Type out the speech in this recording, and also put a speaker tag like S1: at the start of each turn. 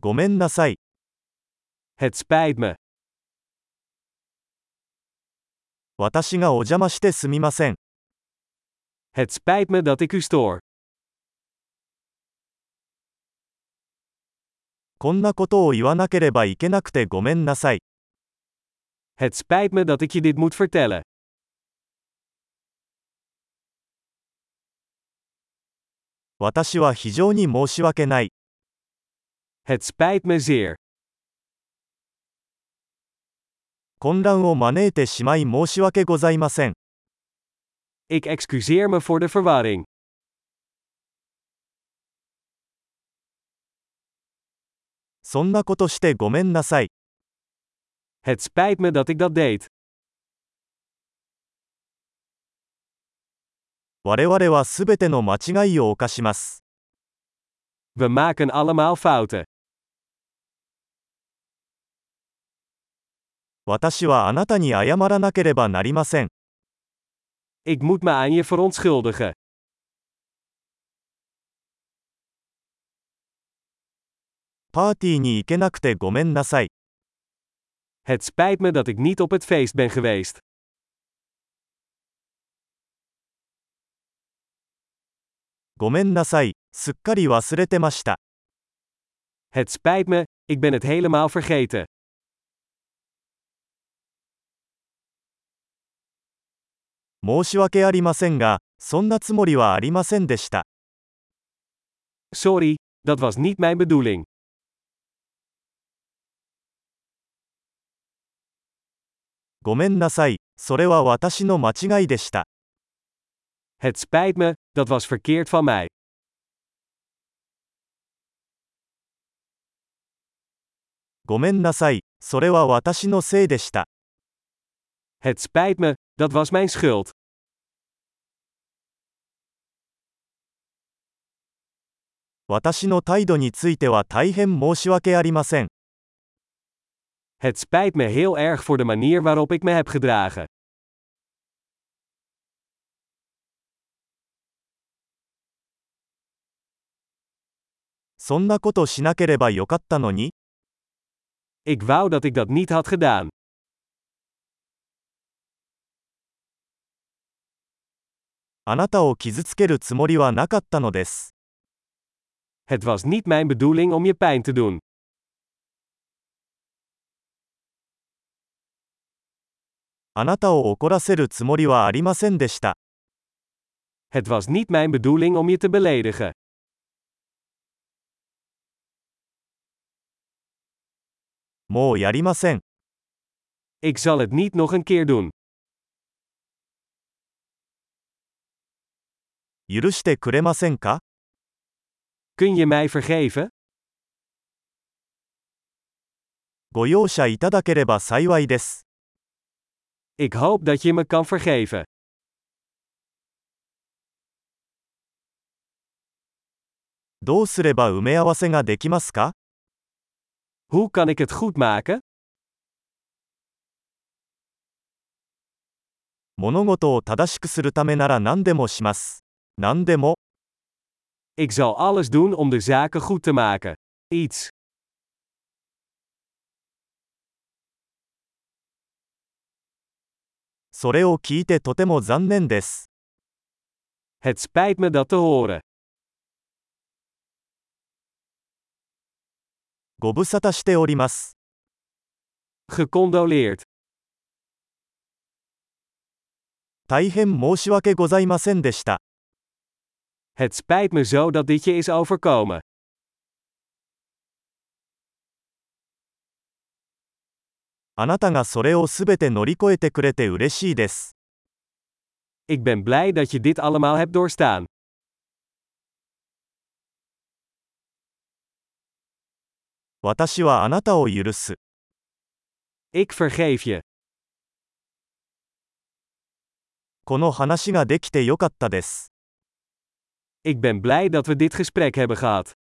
S1: ごめんなさい。
S2: Het spijt me.
S1: 私がお邪魔してすみません。
S2: Het spijt me dat ik u stoor.
S1: こんなことを言わなければいけなくてごめんなさい。
S2: Het spijt me dat ik je dit moet vertellen.
S1: 私は非常に申し訳ない。
S2: Het spijt me zeer.
S1: 混乱を招いてしまい申し訳ございません。
S2: Ik excuseer me voor de verwarring.
S1: そんなことしてごめんなさい。
S2: Het spijt me dat ik dat deed.
S1: 我々はすべての間違いを犯します。
S2: We maken allemaal fouten.
S1: 私はあなたに謝らなければなりません。
S2: Ik moet me aan je verontschuldigen.
S1: パーティーに行けなくてごめんなさい。
S2: Het spijt me dat ik niet op het feest ben geweest.
S1: ごめんなさい。すっかり忘れてました。
S2: Het spijt me, ik ben het helemaal vergeten.
S1: 申し訳ありませんが、そんなつもりはありませんでした。
S2: Sorry, dat was niet mijn bedoeling.
S1: ごめんなさい。それは私の間違いでした。
S2: Het spijt me, dat was verkeerd van mij.
S1: ごめんなさい。それは私のせいでした。
S2: Het spijt me, dat was mijn schuld.
S1: 私の態度については大変申し訳ありません。
S2: Het spijt me heel erg voor de manier waarop ik me heb gedragen.
S1: そんなことしなければよかったのに、
S2: Ik wou dat ik dat niet had gedaan.
S1: あなたを傷つけるつもりはなかったのです。
S2: Het was niet mijn bedoeling om je pijn te doen.
S1: あなたを怒らせるつもりはありませんでした。
S2: Het was niet mijn bedoeling om je te beledigen.
S1: もうやりません。
S2: Ik zal het niet nog een keer doen.
S1: 許してくれませんか
S2: Kun je mij vergeven?
S1: ご容赦いただければ幸いです。
S2: Ik hoop dat je me kan vergeven.
S1: どうすれば埋め合わせができますか
S2: Hoe kan ik het goed maken?
S1: 物事を正しくするためなら何でもします。何でも、
S2: Ik zal alles doen om de zaken goed te maken. Iets.
S1: それを聞いてとても残念です。
S2: Het spijt me dat te horen.
S1: ご無沙汰しております。
S2: Gecondoleerd.
S1: 大変申し訳ございませんでした。
S2: Het spijt me zo dat dit je is overkomen.
S1: あなたがそれをすべて乗り越えてくれて嬉しいです。
S2: Ik ben blij dat je dit allemaal hebt doorstaan.
S1: 私はあなたを許す。
S2: Ik vergeef je.
S1: この話ができてよかったです。
S2: Ik ben blij dat we dit gesprek hebben gehad.